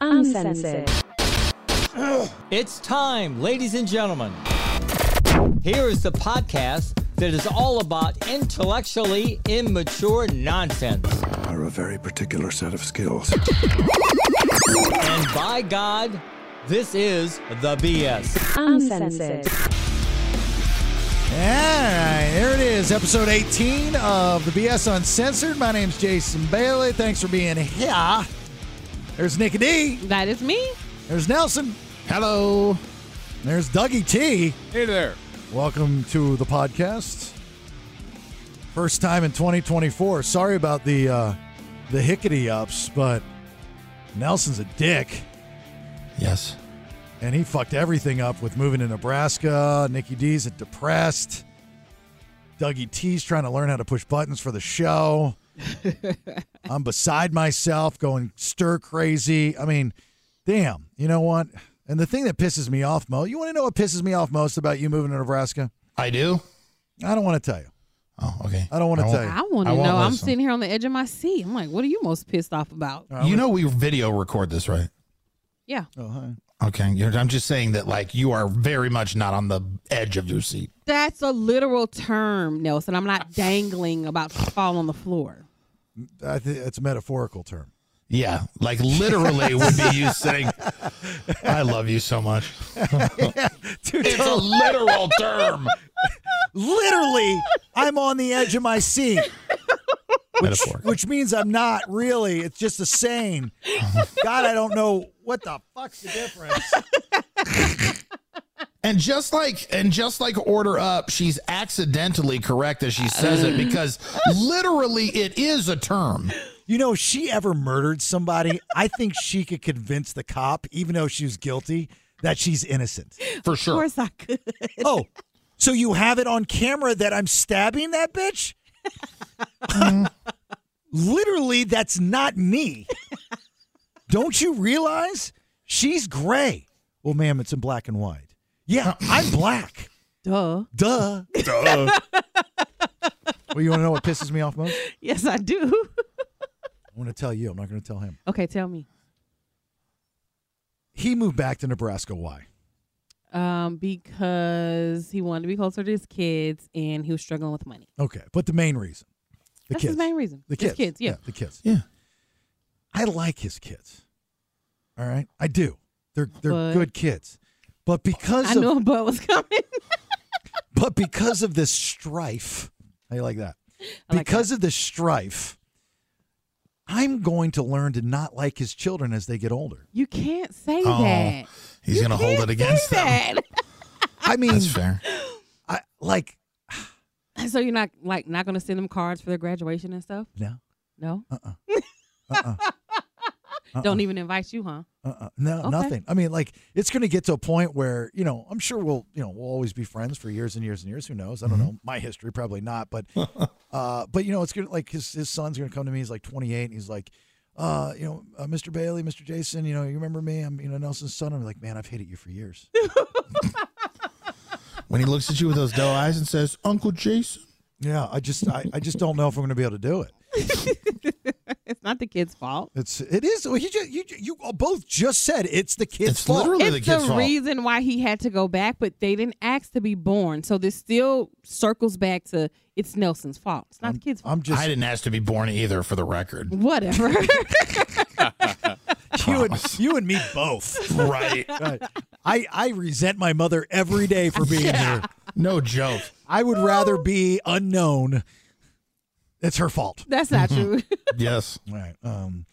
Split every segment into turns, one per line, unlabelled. Uncensored.
It's time, ladies and gentlemen. Here is the podcast that is all about intellectually immature nonsense.
are a very particular set of skills.
And by God, this is the BS.
Uncensored.
All right, there it is, episode 18 of the BS Uncensored. My name's Jason Bailey. Thanks for being here. There's Nick D.
That is me.
There's Nelson. Hello. There's Dougie T.
Hey there.
Welcome to the podcast. First time in 2024. Sorry about the uh, the hickety ups, but Nelson's a dick,
Yes.
and he fucked everything up with moving to Nebraska. Nikki D's a depressed. Dougie T's trying to learn how to push buttons for the show. I'm beside myself, going stir crazy. I mean, damn. You know what? And the thing that pisses me off, Mo. You want to know what pisses me off most about you moving to Nebraska?
I do?
I don't want to tell you.
Oh, okay.
I don't want to tell you.
I want
I
to
won't
know. I'm
listen.
sitting here on the edge of my seat. I'm like, what are you most pissed off about?
you. know we video record this, right?
Yeah.
Oh, hi.
Okay. You're, I'm just saying that, like, you are very much not on the edge of your seat.
That's a literal term, Nelson. I'm not dangling about to fall on the floor.
I think it's a metaphorical term.
Yeah. Like, literally would be you saying, I love you so much.
Dude,
It's a literal term.
literally, I'm on the edge of my seat,
Metaphor.
which means I'm not really. It's just a saying. God, I don't know what the fuck's the difference.
And just like and just like order up, she's accidentally correct as she says
Uh,
it because literally it is a term.
You know, if she ever murdered somebody, I think she could convince the cop, even though she was guilty, that she's innocent.
For
Of
sure.
course I could.
Oh, so you have it on camera that I'm stabbing that bitch? Literally, that's not me. Don't you realize she's gray? Well, ma'am, it's in black and white. Yeah, I'm black.
Duh.
Duh. Duh. well, you want to know what pisses me off most? I
Yes, I do.
want to tell you. I'm not going to tell him.
okay, tell me.
He moved back to Nebraska. Why?
Um, because he wanted to be closer to his kids and he was struggling with money.
Okay, but the main reason, the
That's
kids.
his main reason.
The
His
kids.
kids, yeah.
The kids.
Yeah.
I like his kids. All right, I do. They're they're
But-
good kids, but because
I
of,
knew a butt was coming.
but because of this strife, how you like that?
I like
because of this strife, I'm going to learn to not like his children as they get older.
You can't say
Oh,
that.
He's
You
gonna hold it
can't
against
say
them.
that.
I mean,
That's fair.
I, like
So you're not like not gonna send them cards for their graduation and stuff?
no,
No.
uh-uh, uh-uh,
Don't even invite you, huh?
uh-uh, no,
Okay.
nothing. I mean, like it's going to get to a point where you know I'm sure we'll you know we'll always be friends for years and years and years. Who knows? I don't
Mm-hmm.
know my history, probably not, but uh, but you know it's gonna like his his son's gonna come to me. He's like 28, and he's like, uh, you know, uh, Mr. Bailey, Mr. Jason, you know, you remember me? I'm you know Nelson's son. I'm like, man, I've hated you for years.
When he looks at you with those doe eyes and says, Uncle Jason.
yeah, I just I, I just don't know if I'm gonna be able to do it.
It's not the kid's fault.
It's it is. well, You just, you you both just said it's the kid's
It's
fault.
literally the
It's the,
kid's fault.
reason why he had to go back, but they didn't ask to be born. So this still circles back to it's Nelson's fault. It's not the kid's fault.
I'm just
I didn't ask to be born either for the record.
Whatever.
you and you and me both.
right.
Right. I, I resent my mother every day for being here.
No joke.
I would rather be unknown. It's her fault.
That's not true.
Yes.
All right. Um,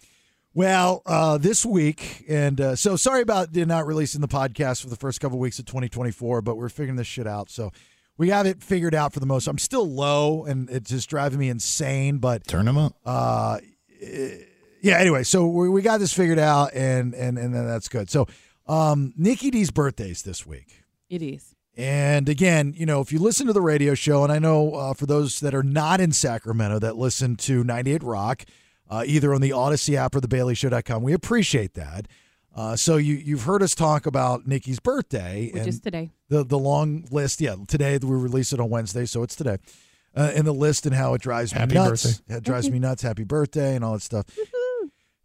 well, uh, this week, and uh, so sorry about not releasing the podcast for the first couple weeks of 2024, but we're figuring this shit out. So we have it figured out for the most. I'm still low, and it's just driving me insane. But
Turn him up.
uh, yeah. Anyway, so we, we got this figured out, and and and then that's good. So, um, Nikki D's birthday's this week.
it is.
And again, you know, if you listen to the radio show, and I know uh, for those that are not in Sacramento that listen to 98 Rock, uh, either on the Odyssey app or the BaileyShow.com, we appreciate that. Uh, so you you've heard us talk about Nikki's birthday
Which
and
is today.
the the long list. Yeah, today we release it on Wednesday, so it's today. Uh, and the list and how it drives
Happy
me nuts.
birthday.
It drives me nuts. Happy birthday and all that stuff.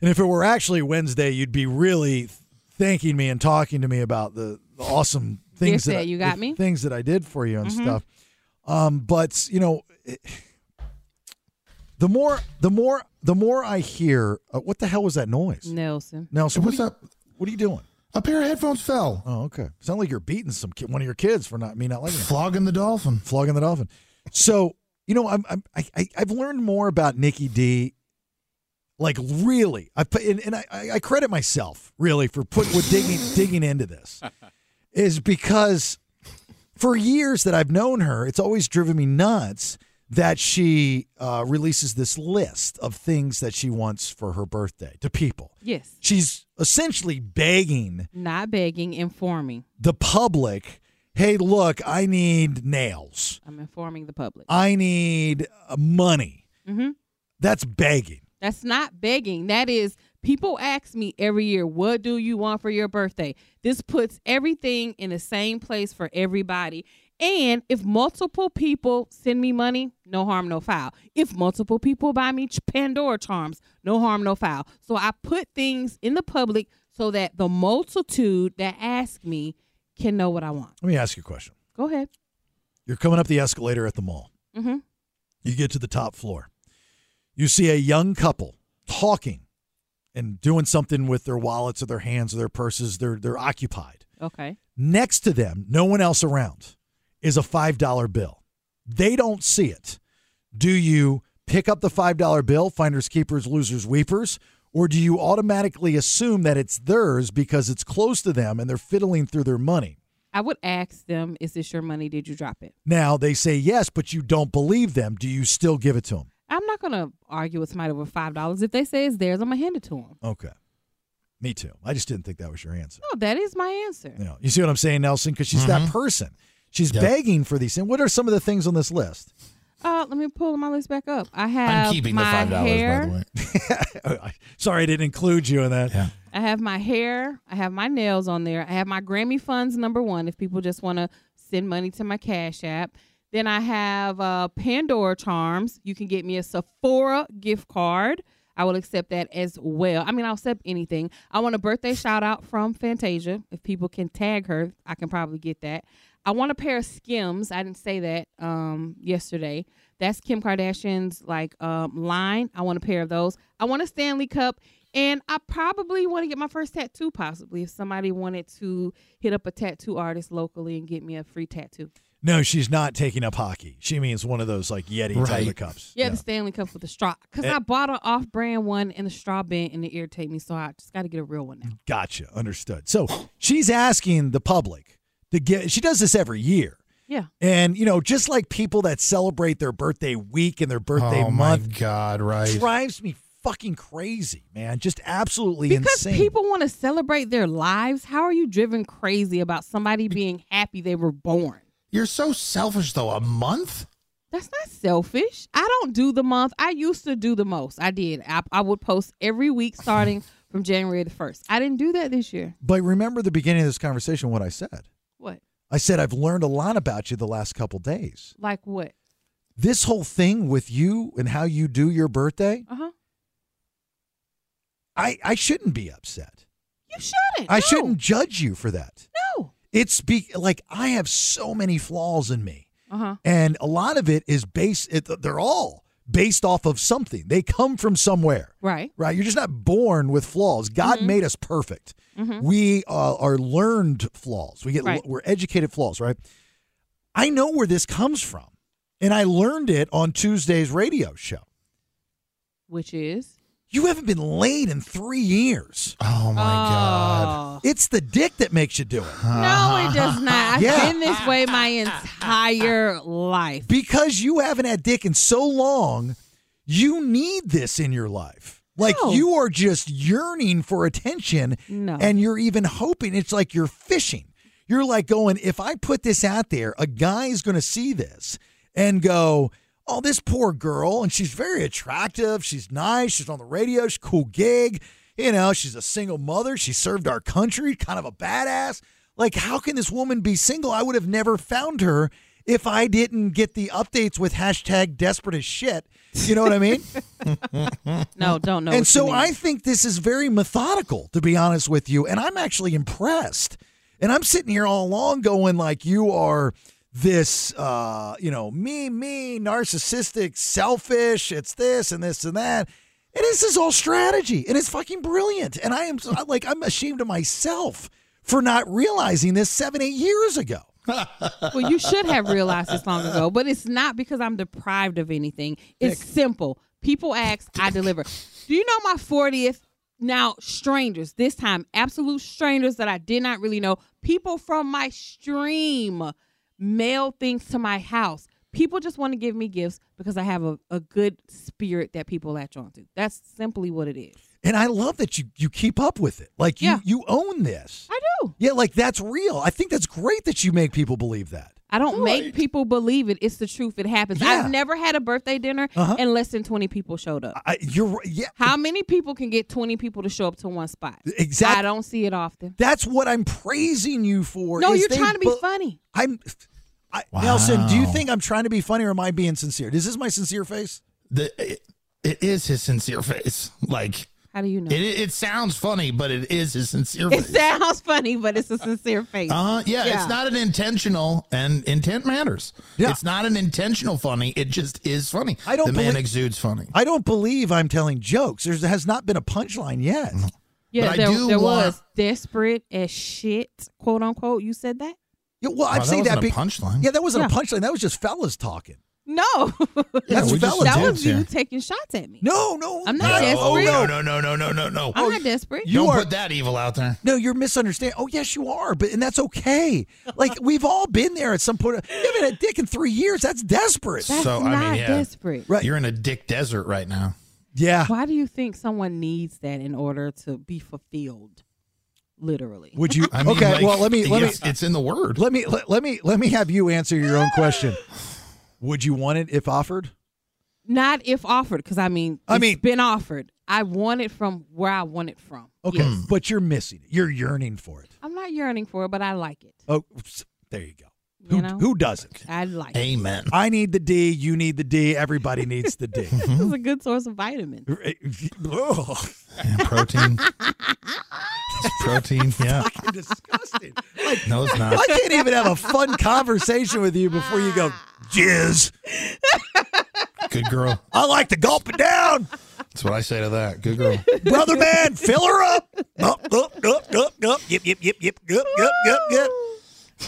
And if it were actually Wednesday, you'd be really thanking me and talking to me about the, the awesome things
Gift
that I-
that you got
the
me? Mm-hmm.
things that I did for you and stuff. Um, but you know, it- the more, the more, the more I hear, uh, what the hell was that noise?
Nelson.
Nelson,
What's
what are, you,
up?
what are you doing?
A pair of headphones fell.
Oh, okay. Sound like you're beating some kid, one of your kids for not me not
Oh,
liking it.
Flogging the dolphin.
flogging the dolphin. So you know, I'm, I'm I, I- I've learned more about Nikki D. Like really, I put and, and I, I I credit myself really for put with digging digging into this, is because for years that I've known her, it's always driven me nuts that she uh, releases this list of things that she wants for her birthday to people.
Yes.
She's essentially begging
Not begging, informing.
the public, "Hey, look, I need nails."
I'm informing the public.
I need uh, money.
Mhm.
That's begging.
That's not begging. That is, people ask me every year, what do you want for your birthday? This puts everything in the same place for everybody. And if multiple people send me money, no harm, no foul. If multiple people buy me ch- Pandora charms, no harm, no foul. So I put things in the public so that the multitude that ask me can know what I want.
Let me ask you a question.
Go ahead.
You're coming up the escalator at the mall.
Mm-hmm.
You get to the top floor. You see a young couple talking and doing something with their wallets or their hands or their purses. They're they're occupied.
Okay.
Next to them, no one else around, is a $5 bill. They don't see it. Do you pick up the $5 bill, finders, keepers, losers, weepers, or do you automatically assume that it's theirs because it's close to them and they're fiddling through their money?
I would ask them, is this your money? Did you drop it?
Now they say yes, but you don't believe them. Do you still give it to them?
I'm not gonna argue with somebody over five dollars. If they say it's theirs, I'm gonna hand it to them.
Okay. Me too. I just didn't think that was your answer.
No, that is my answer.
You, know, you see what I'm saying, Nelson? Because she's that person. She's
Yeah.
begging for these things. What are some of the things on this list?
Uh, let me pull my list back up. I have
I'm keeping the
my
five dollars
hair.
by the way.
Sorry, I didn't include you in that.
Yeah.
I have my hair. I have my nails on there. I have my Grammy funds number one. If people just want to send money to my Cash App, then I have uh, Pandora charms. You can get me a Sephora gift card. I will accept that as well. I mean, I'll accept anything. I want a birthday shout out from Fantasia. If people can tag her, I can probably get that. I want a pair of Skims. I didn't say that um, yesterday. That's Kim Kardashian's like um, line. I want a pair of those. I want a Stanley cup, and I probably want to get my first tattoo. Possibly, if somebody wanted to hit up a tattoo artist locally and get me a free tattoo.
No, she's not taking up hockey. She means one of those like Yeti type of
Right.
cups.
Yeah, Eh. the Stanley cup with the straw. Cause I bought an off-brand one, and the straw bent and it irritated me, so I just got to get a real one now.
Gotcha. Understood. So she's asking the public to get, she does this every year.
Yeah.
And, you know, just like people that celebrate their birthday week and their birthday
oh
month
my god! Right.
drives me fucking crazy, man. Just absolutely
Because
insane.
people want to celebrate their lives, how are you driven crazy about somebody being happy they were born?
You're so selfish though. A month.
That's not selfish. I don't do the month. I used to do the most. I did. I, I would post every week starting from January the 1st. I didn't do that this year.
but remember the beginning of this conversation, what I said.
What?
I said, I've learned a lot about you the last couple days.
Like what?
This whole thing with you and how you do your birthday,
Uh huh.
I, I shouldn't be upset.
You shouldn't.
I
No.
shouldn't judge you for that.
No.
It's be like I have so many flaws in me,
Uh huh.
and a lot of it is based. It, they're all based off of something. They come from somewhere,
Right.
right? You're just not born with flaws.
Mm-hmm.
God made us perfect. We uh, are learned flaws. We get
Right.
we're educated flaws, right? I know where this comes from, and I learned it on Tuesday's radio show.
Which is.
You haven't been laid in three years.
Oh my god.
It's the dick that makes you do it.
Oh. No, it does not. I've
Yeah.
been this way my entire life.
because you haven't had dick in so long, you need this in your life. Like
No.
you are just yearning for attention
No.
and you're even hoping it's like you're fishing. You're like going, if I put this out there, a guy is going to see this and go, oh, this poor girl. And she's very attractive. She's nice. She's on the radio. She's a cool gig. You know, she's a single mother. She served our country, kind of a badass. Like, how can this woman be single? I would have never found her if I didn't get the updates with hashtag desperate as shit. You know what I mean?
No, don't know.
and
what you
so
mean.
I think this is very methodical, to be honest with you. And I'm actually impressed. And I'm sitting here all along going like you are this uh, you know, me, me, narcissistic, selfish, it's this and this and that. And this is all strategy and it's fucking brilliant. And I am so- like I'm ashamed of myself for not realizing this seven, eight years ago.
well, you should have realized this long ago, but it's not because I'm deprived of anything. It's simple. People ask, I deliver. Do you know my 40th? Now, strangers, this time, absolute strangers that I did not really know, people from my stream mail things to my house. People just want to give me gifts because I have a, a good spirit that people latch onto. That's simply what it is.
And I love that you you keep up with it. Like you
Yeah.
you own this.
I do.
Yeah, like that's real. I think that's great that you make people believe that.
I don't make people believe it. It's the truth. It happens.
Yeah.
I've never had a birthday dinner and less than 20 people showed up.
I, you're right. yeah.
How many people can get 20 people to show up to one spot? I
Exactly.
don't see it often.
That's what I'm praising you for.
No,
is
you're
they
trying to be
bu-
funny.
I'm I, Nelson. Do you
Wow.
think I'm trying to be funny, or am I being sincere? Is this my sincere face?
The, it, it is his sincere face. Like
How do you know?
it, it sounds funny, but it is his sincere
It
face.
sounds funny, but it's a sincere face.
Uh, yeah,
Yeah.
it's not an intentional, and intent matters.
Yeah.
It's not an intentional funny. It just is funny.
I don't
The man
believe-
exudes funny.
I don't believe I'm telling jokes. There has not been a punchline yet.
Mm.
yeah,
but I
there,
do
there
want-
was desperate as shit, quote unquote. You said that?
Yeah,
Wow,
well, I'm
that
saying that.
wasn't a punchline.
Yeah, that wasn't
Yeah.
a punchline. That was just fellas talking.
No.
That's
we just
valid.
that
did
was you
here.
taking shots at me.
No, no,
I'm
no.
not desperate.
Oh no no no no no no no!
I'm not desperate.
You
don't
are-
put that evil out there.
No, you're misunderstanding. Oh, yes, you are, but and that's okay. Like we've all been there at some point. You haven't had a dick in three years. That's desperate.
That's
so, I
not
mean, yeah.
desperate.
Right.
You're in a dick desert right now.
yeah.
Why do you think someone needs that in order to be fulfilled? Literally.
Would you?
I mean,
okay.
like,
well, let me let me
it's, It's in the word.
let me let, let me let me have you answer your own question. Would you want it if offered?
Not if offered, because I mean,
I
it's
mean-
been offered. I want it from where I want it from.
Okay,
Yes.
but you're missing it. You're yearning for it.
I'm not yearning for it, but I like it.
Oh, oops, there you go.
You
who,
know?
who doesn't?
I like it.
Amen.
I need the D. You need the D. Everybody needs the D.
This is a good source of vitamins.
Ugh,
Yeah, protein. It's protein. Yeah.
fucking disgusting. Like,
No, it's not.
I can't even have a fun conversation with you before you go jizz.
Good girl.
I like to gulp it down,
That's what I say to that. Good girl.
brother man. Fill her up. Up, up, up, up, up. Yep, yip, yip, yip, yep, yep, yep, yep.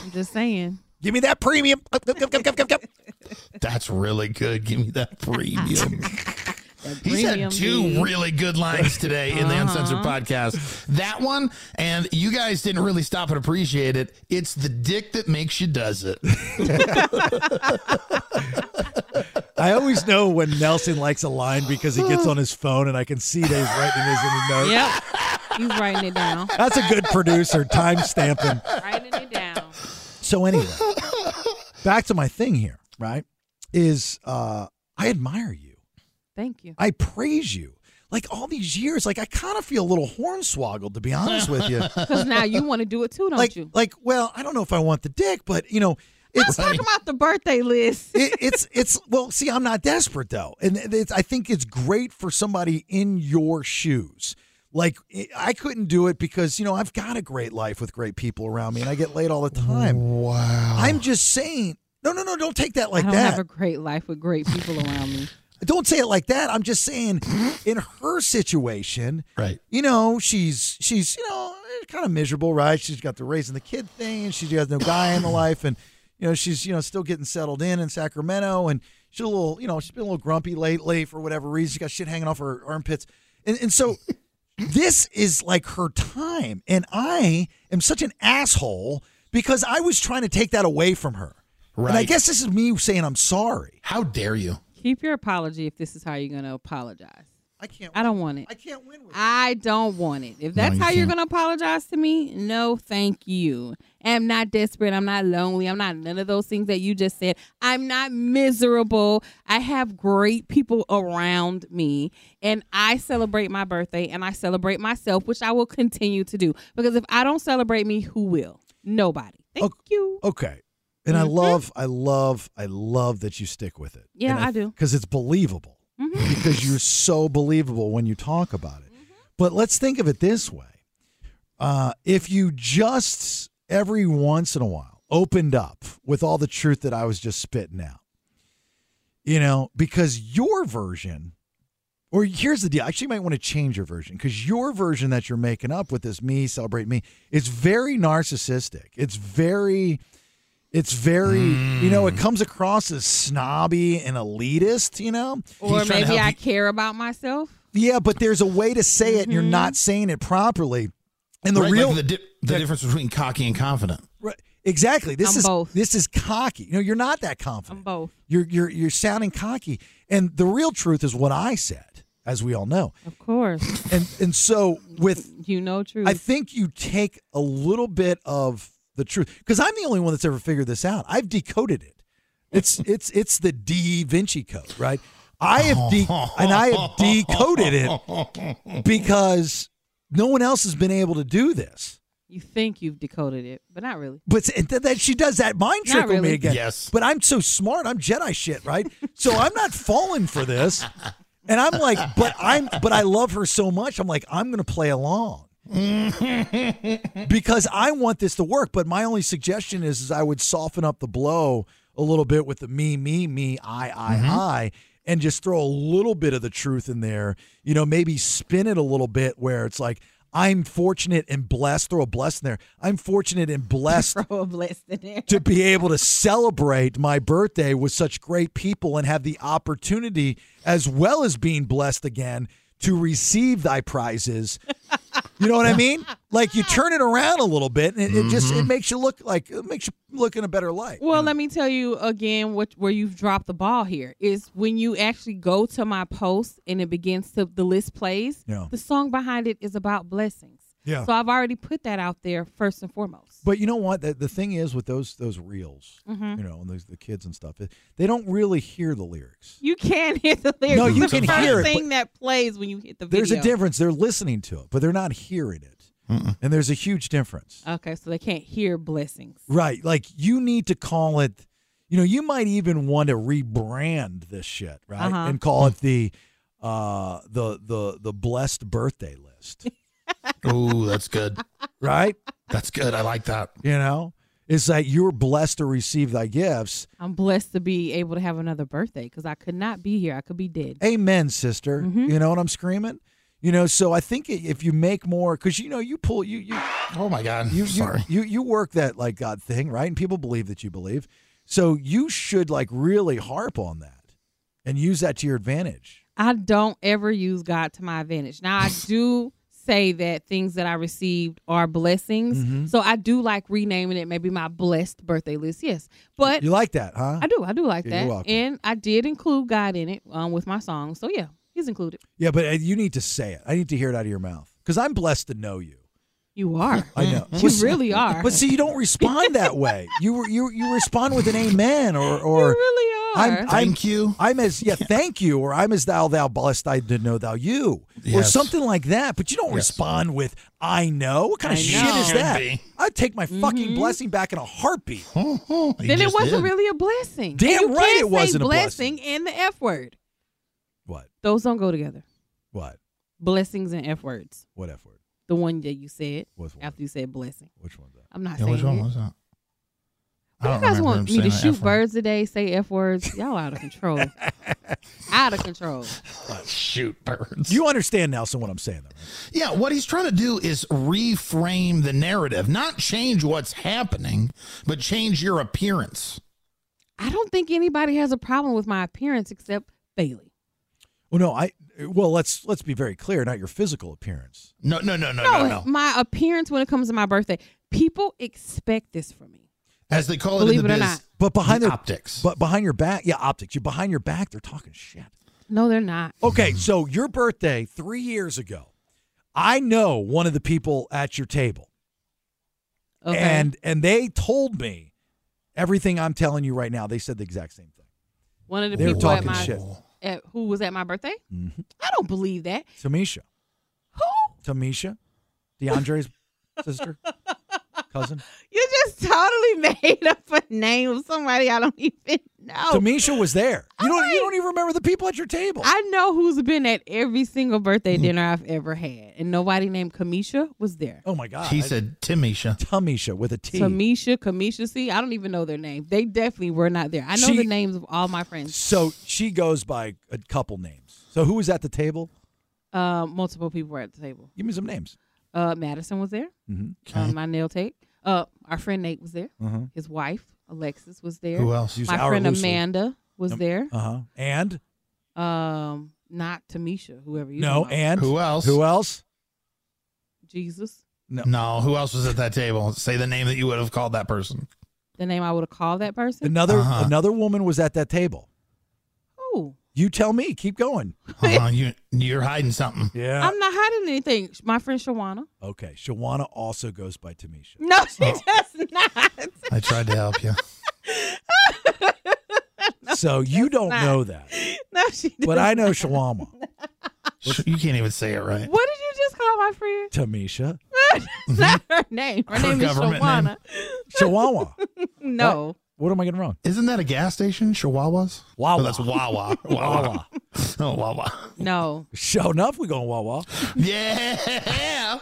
I'm just saying.
Give me that premium. Up, up, up, up, up, up, up.
That's really good. Give me that premium.
That
He's
premium Uh-huh.
had two
meat.
really good lines today in the Uncensored podcast. That one, and you guys didn't really stop and appreciate it. It's the dick that makes you does it.
I always know when Nelson likes a line because he gets on his phone and I can see that he's writing this in his notes.
Yep. He's writing it down.
That's a good producer, time stamping.
writing it down.
So anyway, back to my thing here, right? Is uh I admire you.
Thank you.
I praise you. Like all these years, like I kind of feel a little hornswoggled to be honest with you.
Because now you want to do it too, don't
Like
you?
like well, I don't know if I want the dick, but you know, it's
Talk about the birthday list.
it, it's it's well see i'm not desperate though and it's, i think it's great for somebody in your shoes like i i couldn't do it because you know i've got a great life with great people around me and i get laid all the time
Wow.
i'm just saying no no no don't take that
I
like
don't
that
have a great life with great people around me.
don't say it like that i'm just saying in her situation
Right.
you know she's she's you know kind of miserable right she's got the raising the kid thing and she has no guy in the life and you know she's you know still getting settled in in sacramento and she's a little you know she's been a little grumpy lately for whatever reason she got shit hanging off her armpits and, and so this is like her time and i am such an asshole because i was trying to take that away from her and i
Right.
guess this is me saying i'm sorry
How dare you?
Keep your apology if this is how you're going to apologize.
i can't
I don't want it.
i can't win with
I don't want it. If that's
you
how you're
can't.
going to apologize to me, no, thank you. I'm not desperate. I'm not lonely. I'm not none of those things that you just said. I'm not miserable. I have great people around me, and I celebrate my birthday and I celebrate myself, which I will
Oh,
continue to do because if I don't celebrate me, who will? Nobody. Thank you.
okay And
Mm-hmm.
I love, I love, I love that you stick with it.
Yeah, I do. Mm-hmm.
Because it's believable. Because you're so believable when you talk about it. But let's think of it this way. Uh, if you just every once in a while opened up with all the truth that I was just spitting out, you know, because your version, or here's the deal, actually, you might want to change your version because your version that you're making up with this me celebrate me is very narcissistic. It's very, it's very, you know, it
Mm.
comes across as snobby and elitist, you know?
Or
He's trying to
maybe
help
I
you-
care about myself.
Yeah, but there's a way to say it and you're not
Mm-hmm.
saying it properly. And the
Right,
real
like the, di- the difference between cocky and confident.
Right. Exactly. This
I'm
is
both.
this is cocky. No, you're not that confident.
I'm both.
You're you're you're sounding cocky. And the real truth is what I said, as we all know.
Of course.
And and so with
You know truth.
I think you take a little bit of the truth because I'm the only one that's ever figured this out. I've decoded it. It's it's it's the Da Vinci code, right? I have de- and I have decoded it because no one else has been able to do this.
you think you've decoded it, but not really.
But s- and th- that she does that mind
Not
trick on me
really.
again.
Yes.
But I'm so smart. I'm Jedi shit, right? so I'm not falling for this. And I'm like, but I'm, but I love her so much. I'm like, I'm gonna play along because I want this to work. But my only suggestion is, is I would soften up the blow a little bit with the me, me, me, I, I, I, and just throw a little bit of the truth in there. You know, maybe spin it a little bit where it's like. I'm fortunate and blessed. Throw a blessed in there. I'm fortunate and blessed
Throw a blessed in there.
to be able to celebrate my birthday with such great people and have the opportunity, as well as being blessed again, to receive thy prizes. You know what I mean? Like you turn it around a little bit, and it, it just it makes you look like it makes you look in a better light.
Well, let me tell you again what where you've dropped the ball here is when you actually go to my post and it begins to the list plays.
Yeah.
The song behind it is about blessings.
Yeah.
So I've already put that out there first and foremost.
But you know what? The, the thing is with those those reels,
Mm-hmm.
you know, and those, the kids and stuff, they don't really hear the lyrics.
you can hear the lyrics.
No,
It's
you
the
can
first
hear it,
thing that plays when you hit the video.
There's a difference. They're listening to it, but they're not hearing it, and there's a huge difference.
Okay, so they can't hear blessings.
Right. Like you need to call it, you know, you might even want to rebrand this shit, right?
Uh-huh.
And call it the uh the the the blessed birthday list.
Ooh, that's good.
right?
That's good. I like that.
You know? It's like you're blessed to receive thy gifts.
I'm blessed to be able to have another birthday because I could not be here. I could be dead.
Amen, sister. You know what I'm screaming? You know, so I think i- if you make more, because you know, you pull you you
Oh my God.
you, you,
Sorry.
you you work that like God thing, right? And people believe that you believe, so you should like really harp on that and use that to your advantage.
I don't ever use God to my advantage. Now I do say that things that I received are blessings.
Mm-hmm.
So I do like renaming it maybe my blessed birthday list. Yes. But
You like that, huh?
I do, I do like
Yeah, you're
that.
welcome.
And I did include God in it um, with my song. So yeah, he's included.
Yeah, but uh, you need to say it. I need to hear it out of your mouth because I'm blessed to know you.
You are.
I know.
Mm. You really are.
But see, you don't respond that way. You were you you respond with an amen or or
you really are.
I'm, I'm
Thank you.
I'm as yeah, thank you, or I'm as thou thou blessed I did know thou you, or
Yes.
something like that. But you don't respond with I know. What kind of
I
shit
know.
is that?
Should be.
I'd take my fucking blessing back in a heartbeat.
then it wasn't really a blessing. And
Damn
you
right
can't
it
say
wasn't a blessing.
blessing and the F word.
What?
Those don't go together.
What?
Blessings and F words.
What f word?
The one that you said
What's one?
after you said blessing.
Which one's that?
I'm not
Yeah,
saying
which one
it.
was that? I
You
don't
guys
remember
want
him
me to
saying an
shoot
F word.
birds today, say F words? Y'all out of control. out of control.
Shoot birds.
You understand, Nelson, what I'm saying, though, right?
Yeah, what he's trying to do is reframe the narrative, not change what's happening, but change your appearance.
I don't think anybody has a problem with my appearance except Bailey.
Well, no, I. Well, let's let's be very clear. Not your physical appearance.
No, no, no, no,
No,
no, no.
my appearance when it comes to my birthday. People expect this from me.
As they call it
Believe
in
it
the
or
biz,
not.
But behind
The
their
optics.
But behind your back, yeah, optics. You behind your back, they're talking shit.
No, they're not.
Oh,
Okay, so your birthday three years ago, I know one of the people at your table,
Okay.
and and they told me everything I'm telling you right now. They said the exact same thing.
One of the
They're
people at
talking
my
shit.
at, who was at my birthday?
Mm-hmm.
I don't believe that.
Tamisha,
Who?
Tamisha, DeAndre's sister. cousin?
You just totally made up a name of somebody I don't even know.
Tamisha was there. You don't,
like-
you don't even remember the people Mm-hmm. at your table.
Oh. I know who's been at every single birthday dinner I've ever had, and nobody named Kamisha was there.
oh my God.
Ah,
He said Tamisha.
Tamisha with a T.
Tamisha, Kamisha, see, I don't even know their name. They definitely were not there. I know
She-
the names of all my friends,
so she goes by a couple names. So who was at the table?
uh, multiple people were at the table.
Give me some names. Mm-hmm.
Uh, Madison was there.
Okay.
on my nail tape. Uh, our friend Nate was there.
Uh-huh.
His wife Alexis was there.
Who else?
Use
My
our
friend
loosely.
Amanda was there.
Uh huh. And
Um, not Tamisha, whoever you
no.
talking about.
And
Who else?
Who else?
Jesus.
No, who else was at that table? Say the name that you would have called that person.
The name I would have called that person.
Another
Uh-huh.
another woman was at that table.
Who?
You tell me. Keep going.
Uh, you you're hiding something.
Yeah.
I'm not hiding anything. My friend Shawana.
okay. Shawana also goes by Tamisha.
No, she does not.
I tried to help you.
so you don't
not.
know that,
No, she does
but I know
not.
Shawama.
Sh- You can't even say it right.
What did you just call my friend?
Tamisha.
not her name. Her,
Her
name is
government
Shawana.
Shawawa.
No.
what am I getting wrong?
Isn't that a gas station? Chihuahuas?
Wawa.
Oh, that's Wawa. Wawa. oh, Wawa.
No.
Show enough, we going Wawa.
Yeah.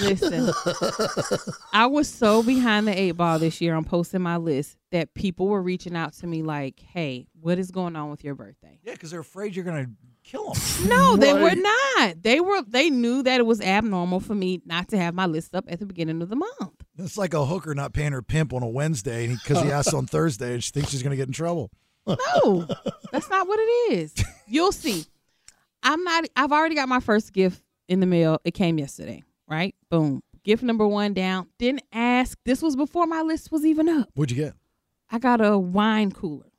Listen, I was so behind the eight ball this year on posting my list that people were reaching out to me like, "Hey, what is going on with your birthday?"
Yeah, because they're afraid you're gonna kill them.
No, they were
Right.
not. They were. They knew that it was abnormal for me not to have my list up at the beginning of the month.
It's like a hooker not paying her pimp on a Wednesday because he asks on Thursday and she thinks she's gonna get in trouble.
No, that's not what it is. You'll see. I'm not. I've already got my first gift in the mail. It came yesterday. Right? Boom. Gift number one down. Didn't ask. This was before my list was even up.
What'd you get?
I got a wine cooler.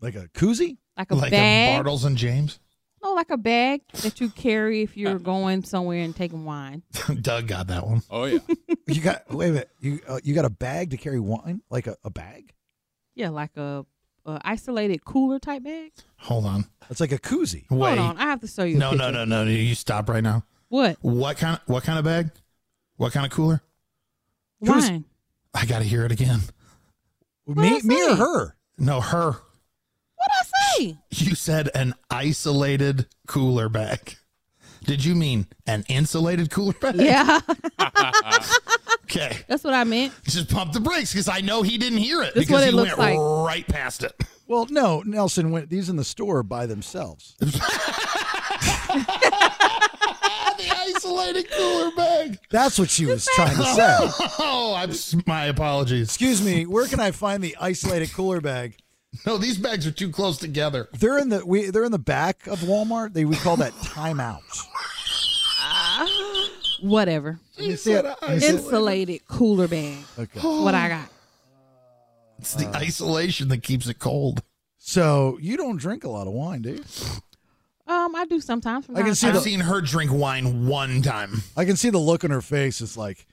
Like a koozie?
like a
like a
bag.
Bartles and James?
no, like a bag that you carry if you're going somewhere and taking wine.
Doug got that one.
Oh, yeah.
You got wait a minute. You uh, you got a bag to carry wine? Like a, a bag?
Yeah, like a, a isolated cooler type bag.
Hold on.
It's like a koozie.
Wait.
Hold on, I have to show you. a
No, no,
picture.
no, no, no. You stop right now.
What
What kind of what kind of bag? What kind of cooler?
Who's-
wine?
I gotta hear it again.
me
did I
me or
say?
her?
No, her.
What I say?
You said an isolated cooler bag. Did you mean an insulated cooler bag?
yeah,
Okay.
that's what I meant.
Just pump the brakes because I know he didn't hear it
This is
because
what
he
it
went
looks like.
right past it.
Well, no, Nelson went these in the store by themselves.
the isolated cooler bag.
That's what she was trying to say.
Oh, I'm s- my apologies.
Excuse me, where can I find the isolated cooler bag?
No, these bags are too close together.
They're in the we they're in the back of Walmart. They we call that timeout.
Whatever.
You see it? You see it?
Insulated cooler bag.
Okay.
That's what I got.
It's the isolation that keeps it cold.
So you don't drink a lot of wine, do you?
Um, I do sometimes. from
I can
time to
see
time.
the-
I've seen her drink wine one time
I can see the look on her face. It's like,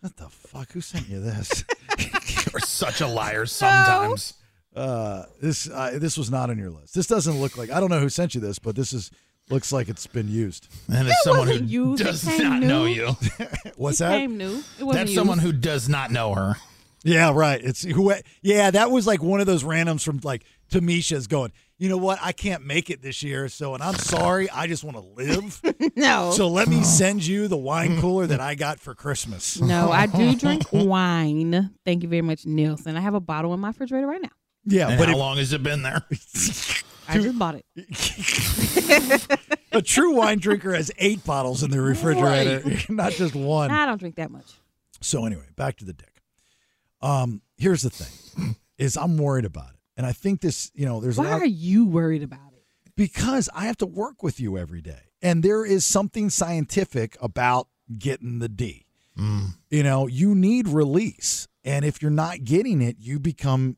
what the fuck? Who sent you this?
You're such a liar sometimes.
uh, this uh, this was not on your list. This doesn't look like. I don't know who sent you this, but this is looks like it's been used.
And it's someone who
wasn't used, it
does
came
not know
new.
you.
What's
It
that?
Came new. It wasn't
That's
used.
someone who does not know her.
Yeah, right. It's who. Yeah, that was like one of those randoms from like Tamisha's going. You know what? I can't make it this year, so and I'm sorry. I just want to live.
No.
So let me send you the wine cooler that I got for Christmas.
no, I do drink wine. Thank you very much, Nelson. I have a bottle in my refrigerator right now.
Yeah,
And
but
how
it-
long has it been there?
I just bought it.
a true wine drinker has eight bottles in their refrigerator, not just one.
Nah, I don't drink that much.
So anyway, back to the dick. Um, here's the thing: is I'm worried about it, and I think this, you know, there's a
Why
lot
are you worried about it?
because I have to work with you every day, and there is something scientific about getting the D.
Mm.
You know, you need release, and if you're not getting it, you become,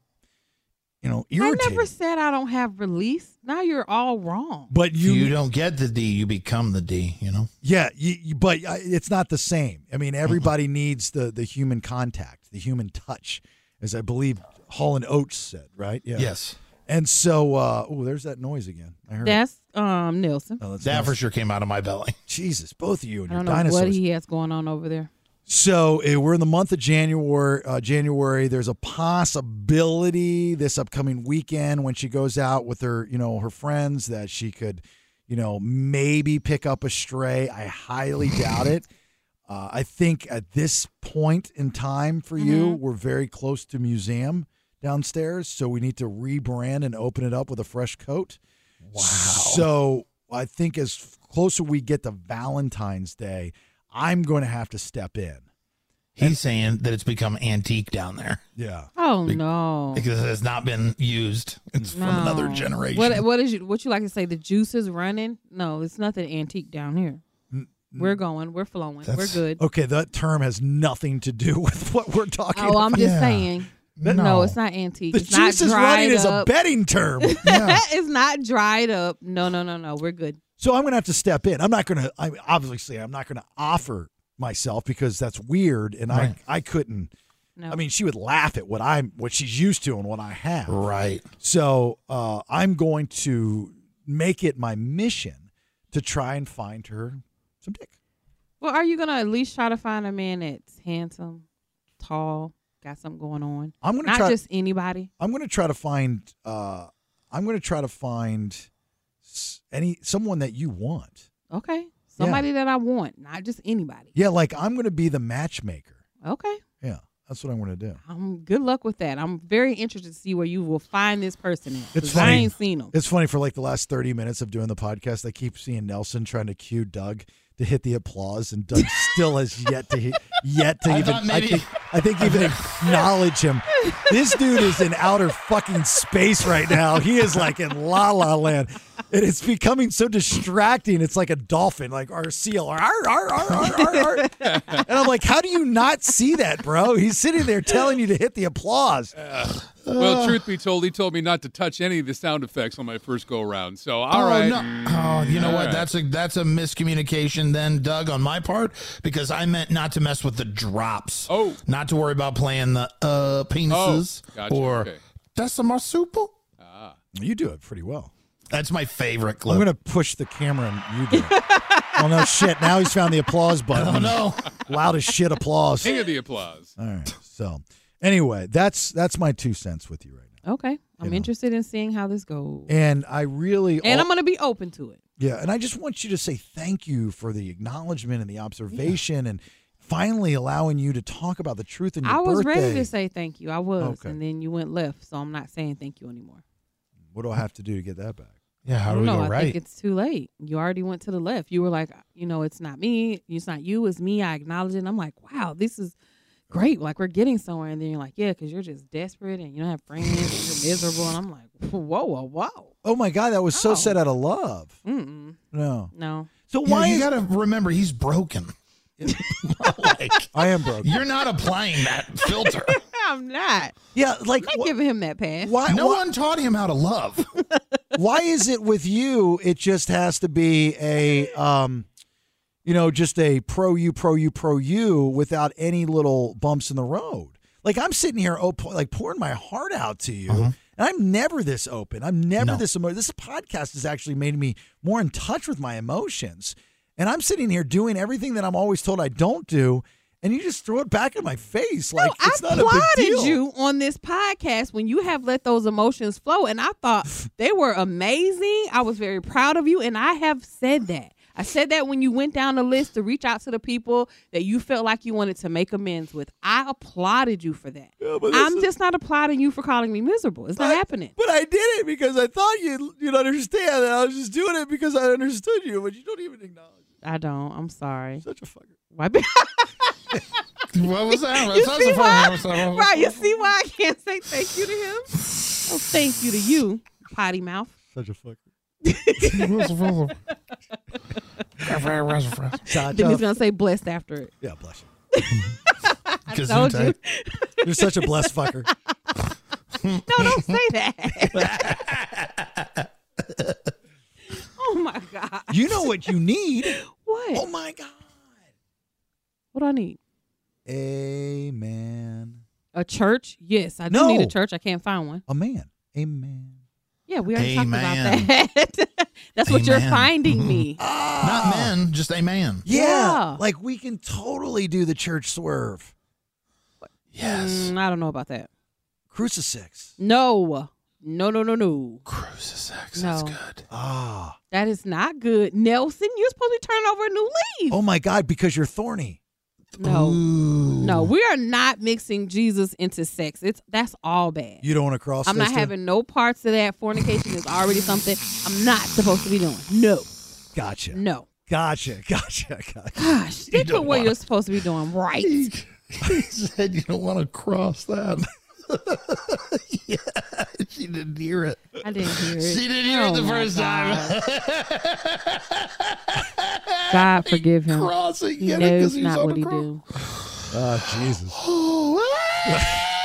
you know,
I
irritated.
never said I don't have release. Now you're all wrong.
but
You,
you,
don't get the D, you become the D, you know?
yeah, you, you- but I- it's not the same. I mean, everybody needs the the human contact, the human touch, as I believe Hall and Oates said, right? Yeah.
Yes.
And so, uh, oh, there's that noise again. I heard. it.
That's um Nelson.
Oh, that's
That
nice.
for sure came out of my belly.
Jesus, both of you and
I
your
don't know
dinosaurs.
what he has going on over there.
So eh, we're in the month of January. Uh, January, there's a possibility this upcoming weekend when she goes out with her, you know, her friends that she could, you know, maybe pick up a stray. I highly doubt it. Uh, I think at this point in time for you,
Mm-hmm.
we're very close to museum downstairs, so we need to rebrand and open it up with a fresh coat. Wow. So I think as closer we get to Valentine's Day, I'm going to have to step in.
He's saying that it's become antique down there
Yeah.
Oh
Big-
no.
because it has not been used. It's from another
No.
generation.
What what is you what you like to say? The juice is running? No, it's nothing antique down here. We're going, we're flowing, we're
That's-
good.
Okay, that term has nothing to do with what we're talking
Oh, I'm
about.
just
Yeah.
saying. No. it's not antique.
The
it's not
Jesus
dried
running is a
up.
betting term.
Yeah.
it's not dried up. No, no, no, no. We're good.
So I'm going to have to step in. I'm not going to. I obviously I'm not going to offer myself because that's weird, and
Right.
I I couldn't.
No.
I mean, she would laugh at what I'm, what she's used to, and what I have.
Right.
So uh, I'm going to make it my mission to try and find her some dick.
Well, are you gonna at least try to find a man that's handsome, tall, got something going on?
I'm going to
Not
try.
just anybody.
I'm going to try to find. Uh, I'm going to try to find s- any someone that you want.
Okay. Somebody that I want, not just anybody.
Yeah, like I'm going to be the matchmaker.
Okay.
Yeah, that's what I'm going to do.
Um, good luck with that. I'm very interested to see where you will find this person. At,
It's
'cause I
funny.
ain't seen him.
It's funny for like the last 30 minutes of doing the podcast, I keep seeing Nelson trying to cue Doug to hit the applause, and Doug still has yet to he- yet to
I
even
thought
I
maybe-
think, I think even acknowledge him. This dude is in outer fucking space right now. He is like in la la land, and it's becoming so distracting. It's like a dolphin, like our seal, ar, ar, ar, ar, ar, ar. and I'm like, how do you not see that, bro? He's sitting there telling you to hit the applause.
Well, truth be told, he told me not to touch any of the sound effects on my first go around. So, all
oh,
right,
No. Oh, you know
all
what?
right.
That's a that's a miscommunication then, Doug, on my part because I meant not to mess with the drops.
Oh.
not to worry about playing the uh penises
Oh, gotcha,
or
okay.
that's a marsupial.
You do it pretty well.
That's my favorite clip.
I'm gonna push the camera and you do it. oh no shit! Now he's found the applause button.
oh no!
Loud as shit applause.
king of the applause.
All right. So anyway, that's that's my two cents with you right now.
Okay. I'm interested in seeing how this goes.
And
And,
I really
I'm going to be open to it.
yeah, and I just want you to say thank you for the acknowledgement and the observation and finally allowing you to talk about the truth in your
I was
birthday.
ready to say thank you. I was.
Okay.
And then you went left. So I'm not saying thank you anymore.
what do I have to do to get that back?
Yeah, how do we
no,
go
I
right?
think it's too late. You already went to the left. You were like, you know, it's not me. It's not you. It's me. I acknowledge it. And I'm like, wow, this is great. Like, we're getting somewhere. And then you're like, yeah, because you're just desperate and you don't have friends and you're miserable. And I'm like, whoa, whoa, whoa.
Oh my god, that was so
Oh.
set out of love.
Mm-mm.
No.
No.
So
Yeah,
why
you
is
gotta remember he's broken. like,
I am broken?
you're not applying that filter.
I'm not.
Yeah, like
I'm not
wh-
giving him that pass.
why,
No
why
one taught him how to love.
why is it with you it just has to be a um you know just a pro you pro you pro you without any little bumps in the road like i'm sitting here op- like pouring my heart out to you and i'm never this open i'm never
No.
this emo- this podcast has actually made me more in touch with my emotions and i'm sitting here doing everything that i'm always told i don't do and you just throw it back in my face like
I
it's not a big
applauded
deal
you on this podcast when you have let those emotions flow, and I thought they were amazing. I was very proud of you, and I have said that. I said that when you went down the list to reach out to the people that you felt like you wanted to make amends with. I applauded you for that. I'm just not applauding you for calling me miserable. It's not happening.
But I did it because I thought you'd you'd understand that I was just doing it because I understood you, but you don't even acknowledge it.
I don't. I'm sorry.
Such a fucker.
Why? be-
what was that?
you
That was
see
a fun one.
why?
That was a fun one.
Right. You see why I can't say thank you to him? Oh, thank you to you, potty mouth.
Such a fucker.
Then he's gonna say blessed after it.
yeah, bless you.
told you.
You're such a blessed fucker.
No, don't say that. oh my god!
You know what you need.
What?
Oh my god.
what do I need?
Amen.
A church? Yes, I do
No.
need a church. I can't find one.
A man. Amen.
Yeah, we already talked
Amen.
about that. That's what you're
Amen.
Mm-hmm.
finding me. Oh.
Not men, just a man.
Ah. Yeah,
Yeah.
Like we can totally do the church swerve.
Yes.
Mm, I don't know about that.
Crucifix.
No. No, no, no, no.
Crucifix.
No.
That's good.
Ah.
That is not good. Nelson, you're supposed to be turning over a new leaf.
Oh my God, because you're thorny.
no.
Ooh.
No, we are not mixing Jesus into sex. It's that's all bad.
You don't want to cross.
I'm not
sister?
having no parts of that. Fornication is already something I'm not supposed to be doing. No.
Gotcha.
No.
Gotcha. Gotcha. Gotcha.
Gosh, stick with
don't
what
wanna-
you're supposed to be doing right.
He, he said you don't want to cross that. yeah, she didn't hear it.
I didn't hear it.
She didn't hear it
Oh
the
my
first
God.
time.
God forgive him.
Crossing,
He
get it? 'Cause
knows
he was
not
on
what
the
he
cross.
do.
Oh Jesus.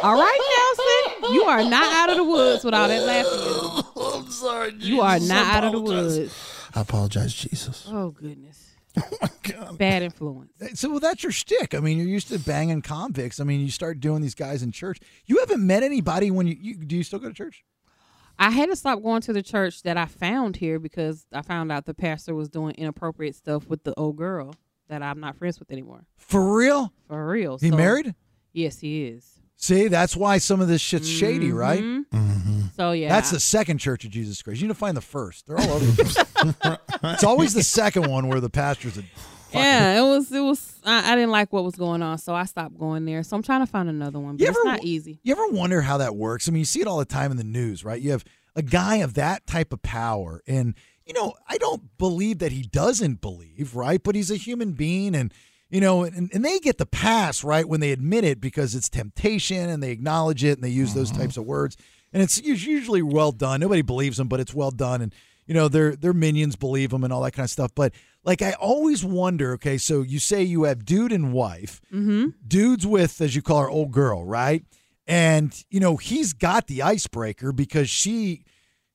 All right, Nelson, you are not out of the woods with all that laughing.
I'm sorry. Jesus.
You are
I
not out of the
apologize.
woods.
I apologize, Jesus.
Oh goodness,
Oh my God.
bad influence.
So well, that's your shtick. I mean, you're used to banging convicts. I mean, you start doing these guys in church. You haven't met anybody when you, you do. You still go to church?
I had to stop going to the church that I found here because I found out the pastor was doing inappropriate stuff with the old girl that I'm not friends with anymore.
For real?
For real.
He
So-
married?
Yes, he is.
See, that's why some of this shit's shady, right?
Mhm. So
Hmm.
yeah,
That's the second Church of Jesus Christ. You need to find the first. They're all over. the place. it's always the second one where the pastor's a.
yeah. It was it was. I, I didn't like what was going on, so I stopped going there. So I'm trying to find another one, but
You
it's
ever-
not easy.
You ever wonder how that works? I mean, you see it all the time in the news, right? You have a guy of that type of power, and you know, I don't believe that he doesn't believe, right? But he's a human being, and you know, and, and they get the pass, right, when they admit it because it's temptation, and they acknowledge it, and they use those types of words, and it's us- usually well done. Nobody believes them, but it's well done, and you know, their their minions believe them, and all that kind of stuff. But like, I always wonder. Okay, so you say you have dude and wife
Mm-hmm.
dudes with, as you call her, old girl, right? And, you know, he's got the icebreaker because she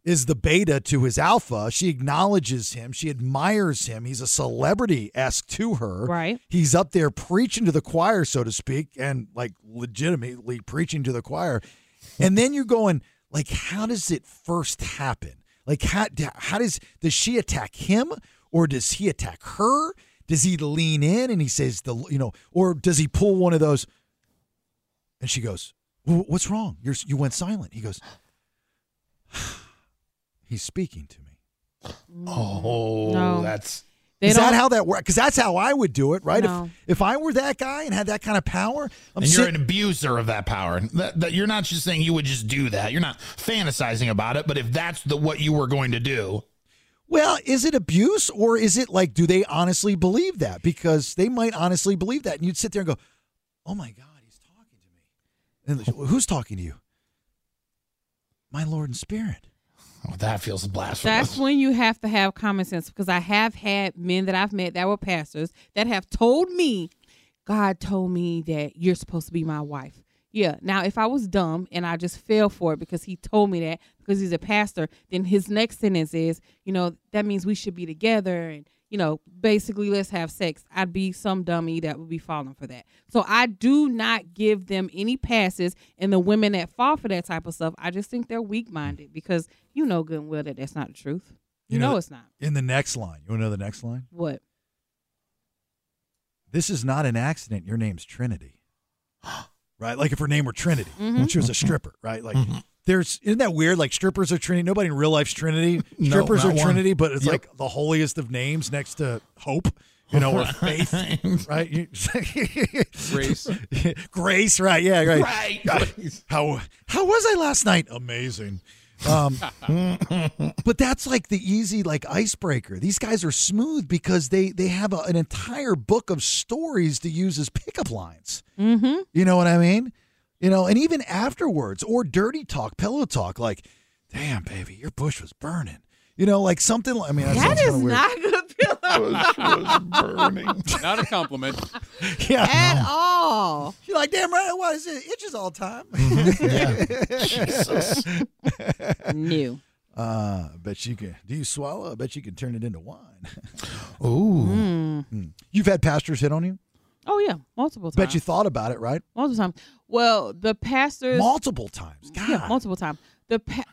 is the beta to his alpha. She acknowledges him. She admires him. He's a celebrity esque to her.
Right.
He's up there preaching to the choir, so to speak, and like legitimately preaching to the choir. And then you're going, like, how does it first happen? Like, how, how does, does she attack him or does he attack her? Does he lean in and he says, the, you know, or does he pull one of those? And she goes, "Wh- what's wrong? You're, you went silent. He goes, he's speaking to me.
Oh,
No.
that's
They
is
don't,
that how that works? Because that's how I would do it, right?
No.
If if I were that guy and had that kind of power, I'm
and you're
sit-
an abuser of that power. That, that you're not just saying you would just do that. You're not fantasizing about it. But if that's the what you were going to do,
well. Is it abuse or is it like do they honestly believe that? Because they might honestly believe that, and you'd sit there and go, "Oh my God, he's talking to me." And who's talking to you? My Lord and Spirit.
oh, that feels blasphemous.
That's when you have to have common sense because I have had men that I've met that were pastors that have told me, God told me that you're supposed to be my wife. Yeah. Now, if I was dumb and I just fell for it because he told me that because he's a pastor, then his next sentence is, you know, that means we should be together and, you know, basically let's have sex. I'd be some dummy that would be falling for that. So I do not give them any passes. And the women that fall for that type of stuff, I just think they're weak minded because you know good and well that that's not the truth. You,
You know
know,
that-
it's not.
In the next line, you want to know the next line?
What?
This is not an accident. Your name's Trinity, right? Like if her name were Trinity,
Mhm.
she was a stripper, right? Like.
Mm-hmm.
There's isn't that weird? Like strippers are Trinity. Nobody in real life's Trinity.
No,
Strippers are
not one.
Trinity, but it's
Yep.
like the holiest of names next to hope, you know, or faith, right? You-
Grace.
grace, right? Yeah, right.
right.
How how was I last night? Amazing. Um, but that's like the easy like icebreaker. These guys are smooth because they they have a, an entire book of stories to use as pickup lines.
Mm-hmm.
You know what I mean? You know, and even afterwards, or dirty talk, pillow talk, like, damn, baby, your bush was burning. You know, like something. like- I mean, that,
That
sounds
is
kinda weird.
not good pillow
Bush was burning.
Not a compliment.
Yeah,
at all.
you're like, damn right. Why is it itches all the time?
Mm-hmm.
Jesus.
New.
uh, I bet you can. Do you swallow? I bet you can turn it into wine.
Ooh.
You've had pastors hit on you.
Mm. Oh yeah, multiple times.
Bet you thought about it, right?
multiple times. Well, the pastors.
Multiple times. God,
Yeah, multiple times. The pa-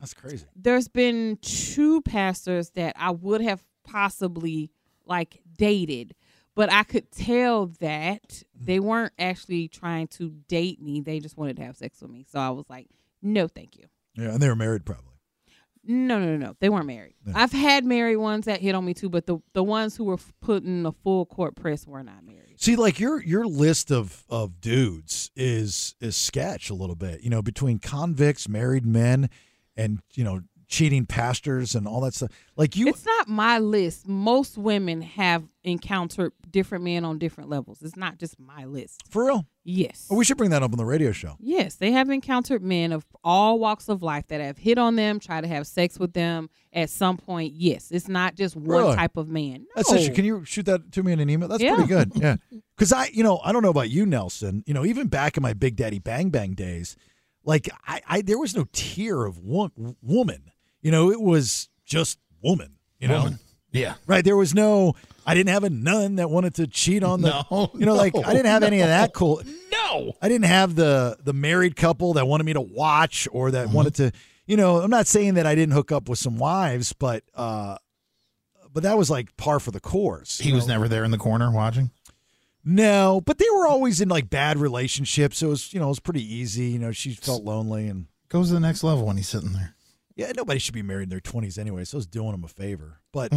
That's crazy.
there's been two pastors that I would have possibly like dated, but I could tell
Mm.
that they weren't actually trying to date me. They just wanted to have sex with me. So I was like, no, thank you.
Yeah, and they were married probably.
No, no, no, no. They weren't married. I've had married ones that hit on me too, but the, the ones who were f- putting a full court press were not married.
See, like your your list of of dudes is is sketch a little bit. You know, between convicts, married men, and you know cheating pastors and all that stuff. Like you,
It's not my list. Most women have encountered different men on different levels. It's not just my list.
for real?
Yes.
Oh, we should bring that up on the radio show.
Yes, they have encountered men of all walks of life that have hit on them, try to have sex with them at some point. Yes, it's not just one
Really?
type of man.
That's
No.
it. Can you shoot that to me in an email? That's
Yeah.
pretty good. Yeah. Because I, you know, I don't know about you, Nelson. You know, even back in my Big Daddy Bang Bang days, like I, I there was no tier of wo- woman. You know, it was just woman. You know,
Woman. Yeah.
right? There was no. I didn't have a nun that wanted to cheat on the.
No,
you know, like I didn't have any of that cool.
No.
I didn't have the the married couple that wanted me to watch or that wanted to, you know, I'm not saying that I didn't hook up with some wives, but uh but that was like par for the course.
He was never there in the corner watching.
No, but they were always in like bad relationships. So it was, you know, it was pretty easy. You know, she felt lonely and
Goes to the next level when he's sitting there.
yeah, nobody should be married in their 20s anyway. So I was doing them a favor. But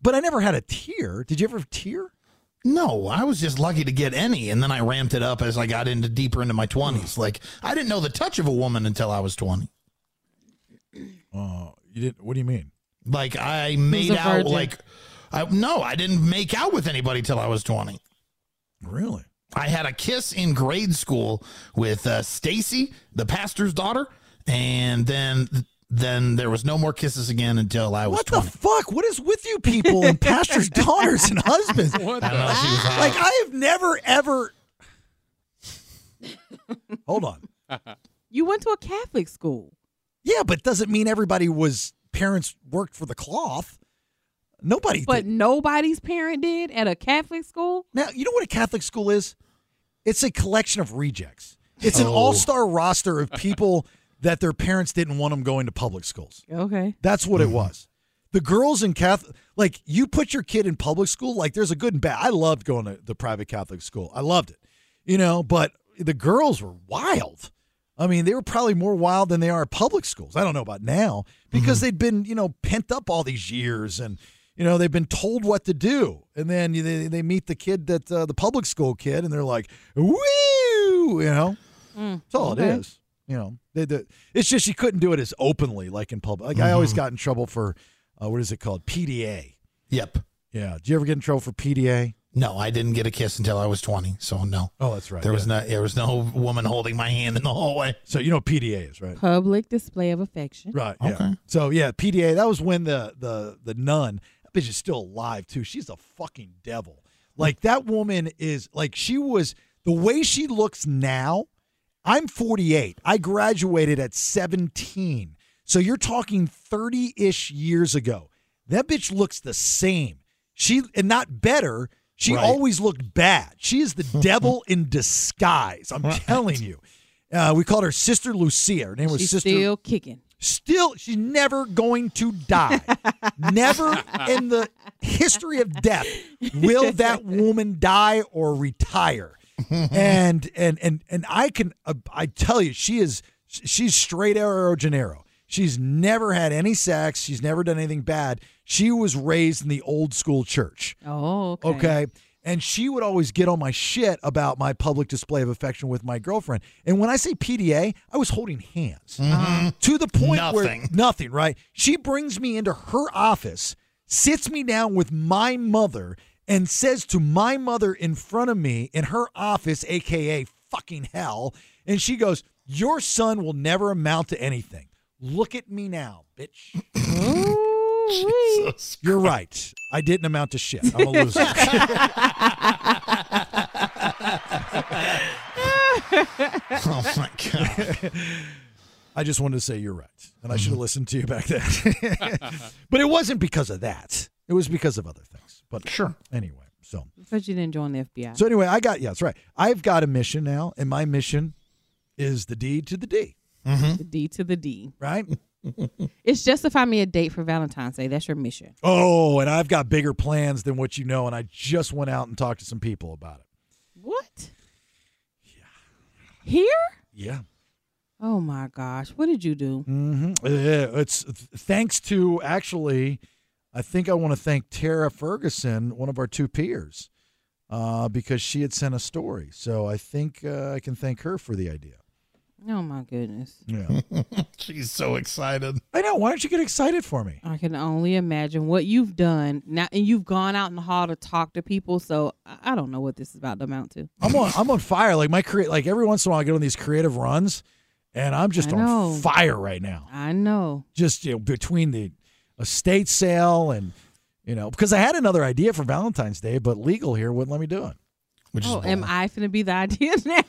but I never had a tear. Did you ever have tear?
No, I was just lucky to get any, and then I ramped it up as I got into deeper into my twenties. Like I didn't know the touch of a woman until I was twenty.
Oh, you didn't. What do you mean?
Like I made
a
out
virgin.
like I no, I didn't make out with anybody till I was twenty.
Really?
I had a kiss in grade school with uh, Stacy, the pastor's daughter, and then then there was no more kisses again until I was
What the
twenty.
fuck? What is with you people and pastors' daughters and husbands?
What
I don't know.
the-
She was hot.
Like I have never ever. Hold on.
You went to a Catholic school.
Yeah, but doesn't mean everybody was parents worked for the cloth. Nobody.
But
did.
nobody's parent did at a Catholic school?
now you know what a Catholic school is. It's a collection of rejects. It's an
Oh.
all-star roster of people that their parents didn't want them going to public schools.
Okay.
That's what it was. The girls in Catholic, like you put your kid in public school, like there's a good and bad. I loved going to the private Catholic school. I loved it, you know, but the girls were wild. I mean, they were probably more wild than they are at public schools. I don't know about now because they'd been, you know, pent up all these years and, you know, they've been told what to do. And then they, they meet the kid that, uh, the public school kid, and they're like, woo, you know. That's all
okay.
it is. You know, they, they, it's just she couldn't do it as openly, like in public. Like I always got in trouble for uh, what is it called? PDA.
yep.
Yeah. Do you ever get in trouble for PDA?
No, I didn't get a kiss until I was twenty. So no,
Oh, that's right.
there was no there was no woman holding my hand in the hallway.
So you know what PDA is right.
Public display of affection.
Right. Yeah.
Okay.
So yeah, PDA. That was when the the the nun. That bitch is still alive too. She's a fucking devil. Like that woman is like she was the way she looks now. I'm 48. I graduated at 17. So you're talking 30 ish years ago. That bitch looks the same. She and not better. She
Right.
always looked bad. She is the devil in disguise. I'm telling you. Uh, we called her Sister Lucia. Her name was
She's
Sister
still kicking.
still she's never going to die never in the history of death will that woman die or retire and and and and i can uh, i tell you she is she's straight arrow janeiro she's never had any sex she's never done anything bad she was raised in the old school church
Oh, okay.
Okay. And she would always get on my shit about my public display of affection with my girlfriend. And when I say PDA, I was holding hands Uh-huh. to the point where
Nothing.
nothing, right? She brings me into her office, sits me down with my mother, and says to my mother in front of me in her office, AKA fucking hell. And she goes, Your son will never amount to anything. Look at me now, bitch.
Ooh-wee.
Oh,
You're right. I didn't amount to shit. I'm a loser.
Oh my god!
I just wanted to say you're right, and I should have listened to you back then. but it wasn't because of that; it was because of other things. But
Sure.
anyway, so
But you didn't join the FBI.
so anyway, I got yeah, that's right. I've got a mission now, and my mission is the deed to the D,
the D to the D.
right?
It's just to find me a date for Valentine's Day. That's your mission.
Oh, and I've got bigger plans than what you know, and I just went out and talked to some people about it.
What? Here?
Yeah.
Oh my gosh. What did you do?
hmm It's th- thanks to actually, I think I want to thank Tara Ferguson, one of our two peers, uh, because she had sent a story. So I think uh, I can thank her for the idea.
Oh my goodness.
Yeah.
She's so excited.
I know. Why don't you get excited for me?
I can only imagine what you've done now, and you've gone out in the hall to talk to people. So I I don't know what this is about to amount to.
I'm on. I'm on fire. Like my create. Like every once in a while, I go on these creative runs, and I'm just
I know.
on fire right now.
I know.
just you know between the estate sale and you know because I had another idea for Valentine's Day, but legal here wouldn't let me do it.
Which
Oh,
is
am I finna be the idea now?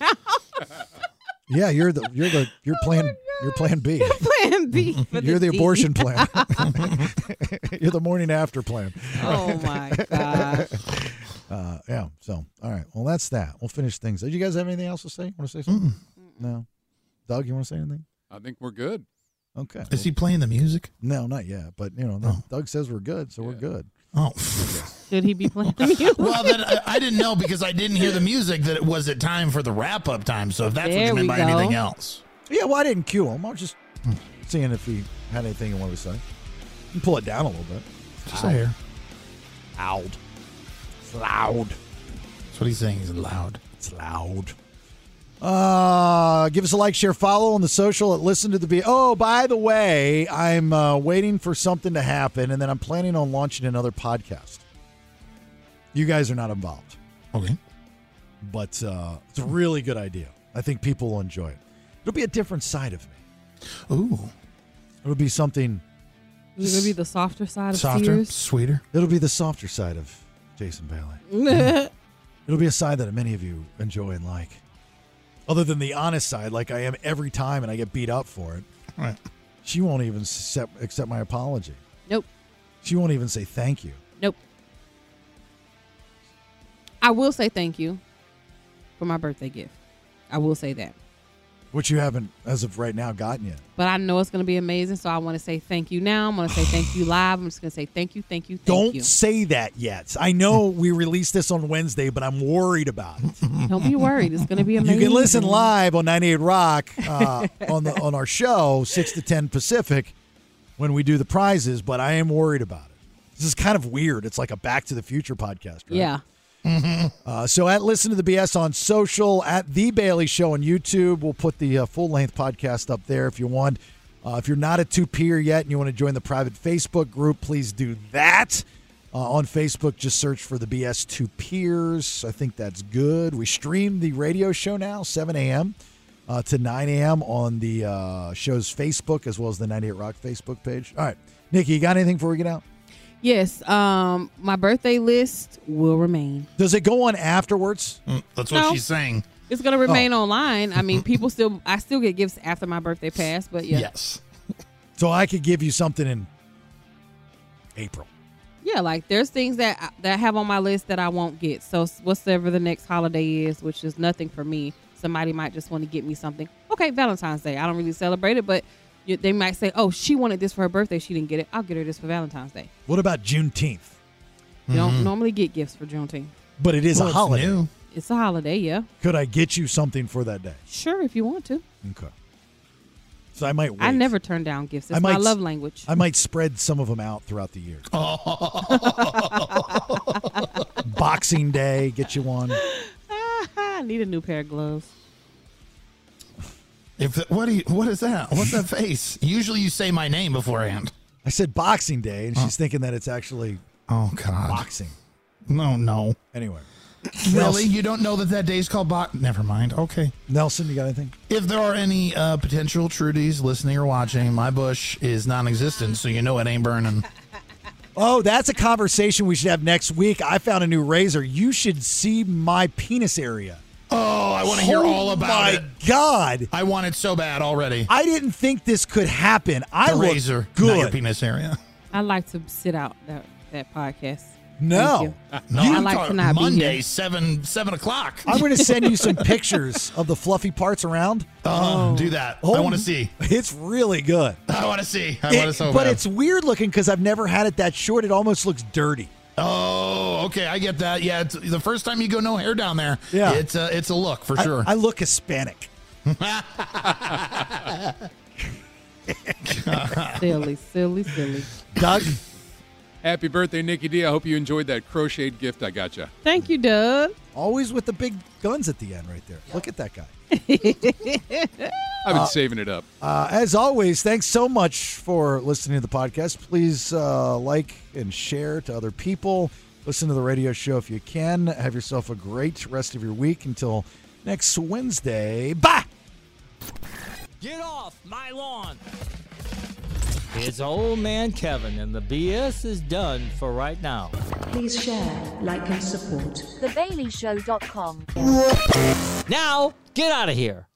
Yeah, you're the you're the you're plan you're plan B.
plan B. for
You're the
D.
abortion plan. you're the morning after plan.
Oh my gosh.
Uh, yeah. So all right. Well, that's that. We'll finish things. Did you guys have anything else to say? Want to say something? No. Doug, you want to say anything?
I think we're good.
Okay.
Is he playing the music?
No, not yet. But you know,
Oh.
Doug says we're good, so we're good.
Oh.
Should he be playing the music?
well, then I, I didn't know because I didn't hear the music that it was at time for the wrap up time. So if that's
There
what you meant
we
by
go.
anything else.
Yeah, well, I didn't cue him. I was just seeing if he had anything he wanted to say. You Pull it down a little bit.
Just a hair.
Loud. It's loud.
That's what he's saying. He's loud.
It's loud. Uh, give us a like, share, follow on the social at Listen to the Beat. Oh, by the way, I'm uh, waiting for something to happen, and then I'm planning on launching another podcast. You guys are not involved,
Okay.
but uh, it's a really good idea. I think people will enjoy it. It'll be a different side of me.
Ooh.
It'll be something
Is it gonna be the softer side of
Softer,
Sears?
sweeter.
It'll be the softer side of Jason Bailey. It'll be a side that many of you enjoy and like. Other than the honest side, like I am every time and I get beat up for it.
Right.
She won't even accept, accept my apology.
Nope.
She won't even say thank you.
Nope. I will say thank you for my birthday gift. I will say that.
Which you haven't, as of right now, gotten yet.
But I know it's going to be amazing, so I want to say thank you now. I'm going to say thank you live. I'm just going to say thank you, thank you, thank
Don't
you.
say that yet. I know we released this on Wednesday, but I'm worried about it.
Don't be worried. It's going to be
You
amazing.
can listen live on 98 Rock uh, on the on our show, 6 to 10 Pacific, when we do the prizes, but I am worried about it. This is kind of weird. It's like a Back to the Future podcast, right?
Yeah.
Uh, so at Listen to the BS on social, at The Bailey Show on YouTube. We'll put the uh, full length podcast up there if you want. Uh, if you're not a two peer yet and you want to join the private Facebook group, please do that. Uh, on Facebook, just search for the BS Two Peers. I think that's good. We stream the radio show now, 7 a.m. Uh, to 9 a.m. on the uh, show's Facebook as well as the 98 Rock Facebook page. All right. Nikki, you got anything before we get out?
Yes. Um, my birthday list will remain.
Does it go on afterwards?
Mm, That's what
No.
she's saying.
It's
Oh.
going to remain online. I mean, people still, I still get gifts after my birthday pass, but yeah.
Yes.
So I could give you something in April.
Yeah, like there's things that I- that I have on my list that I won't get. So s- whatever the next holiday is, which is nothing for me, somebody might just want to get me something. Okay, Valentine's Day. I don't really celebrate it, but you, they might say, "Oh, she wanted this for her birthday. She didn't get it. I'll get her this for Valentine's Day."
What about Juneteenth?
You
Mm-hmm.
don't normally get gifts for Juneteenth.
But it is
Well,
a holiday.
new.
It's a holiday, yeah.
Could I get you something for that day?
Sure, if you want to.
Okay. So I might. Wait.
I never turn down gifts.
I
It's my
might s-
love language.
I might spread some of them out throughout the year. Boxing Day, get you one.
I need a new pair of gloves.
If what do you, what is that? What's that face? Usually you say my name beforehand.
I said Boxing Day, and she's thinking that it's actually
Oh God.
boxing.
No, no.
Anyway,
Really? You don't know that that day's called Bach? Never mind. Okay.
Nelson, you got anything?
If there are any uh, potential Trudies listening or watching, my bush is non-existent, so you know it ain't burning.
Oh, that's a conversation we should have next week. I found a new razor. You should see my penis area.
Oh, I want to hear all about
my
it.
God.
I want it so bad already.
I didn't think this could happen. I
the
look
razor, not your
good.
penis area.
I like to sit out that that podcast.
No.
you.
No,
I
I'm
like to
talking
not be
Monday,
here.
seven seven o'clock.
I'm going to send you some pictures of the fluffy parts around.
Uh, do that. I
Oh,
want to see.
It's really good.
I want to see. I want to
It-
so
but
bad.
it's weird looking because I've never had it that short. It almost looks dirty.
Oh, okay. I get that. Yeah, it's, the first time you go no hair down there,
Yeah.
it's a it's a look for
I-
sure.
I, look Hispanic.
silly, silly, silly.
Doug,
Happy birthday, Nikki D. I hope you enjoyed that crocheted gift I got you.
Thank you, Doug.
always with the big guns at the end right there. Look at that guy.
I've been saving it up.
Uh, as always, thanks so much for listening to the podcast. Please uh, like and share to other people. Listen to the radio show if you can. Have yourself a great rest of your week until next Wednesday. Bye.
Get off my lawn. It's old man Kevin, and the BS is done for right now.
Please share, like, and support.
TheBaileyShow.com.
Now, get out of here.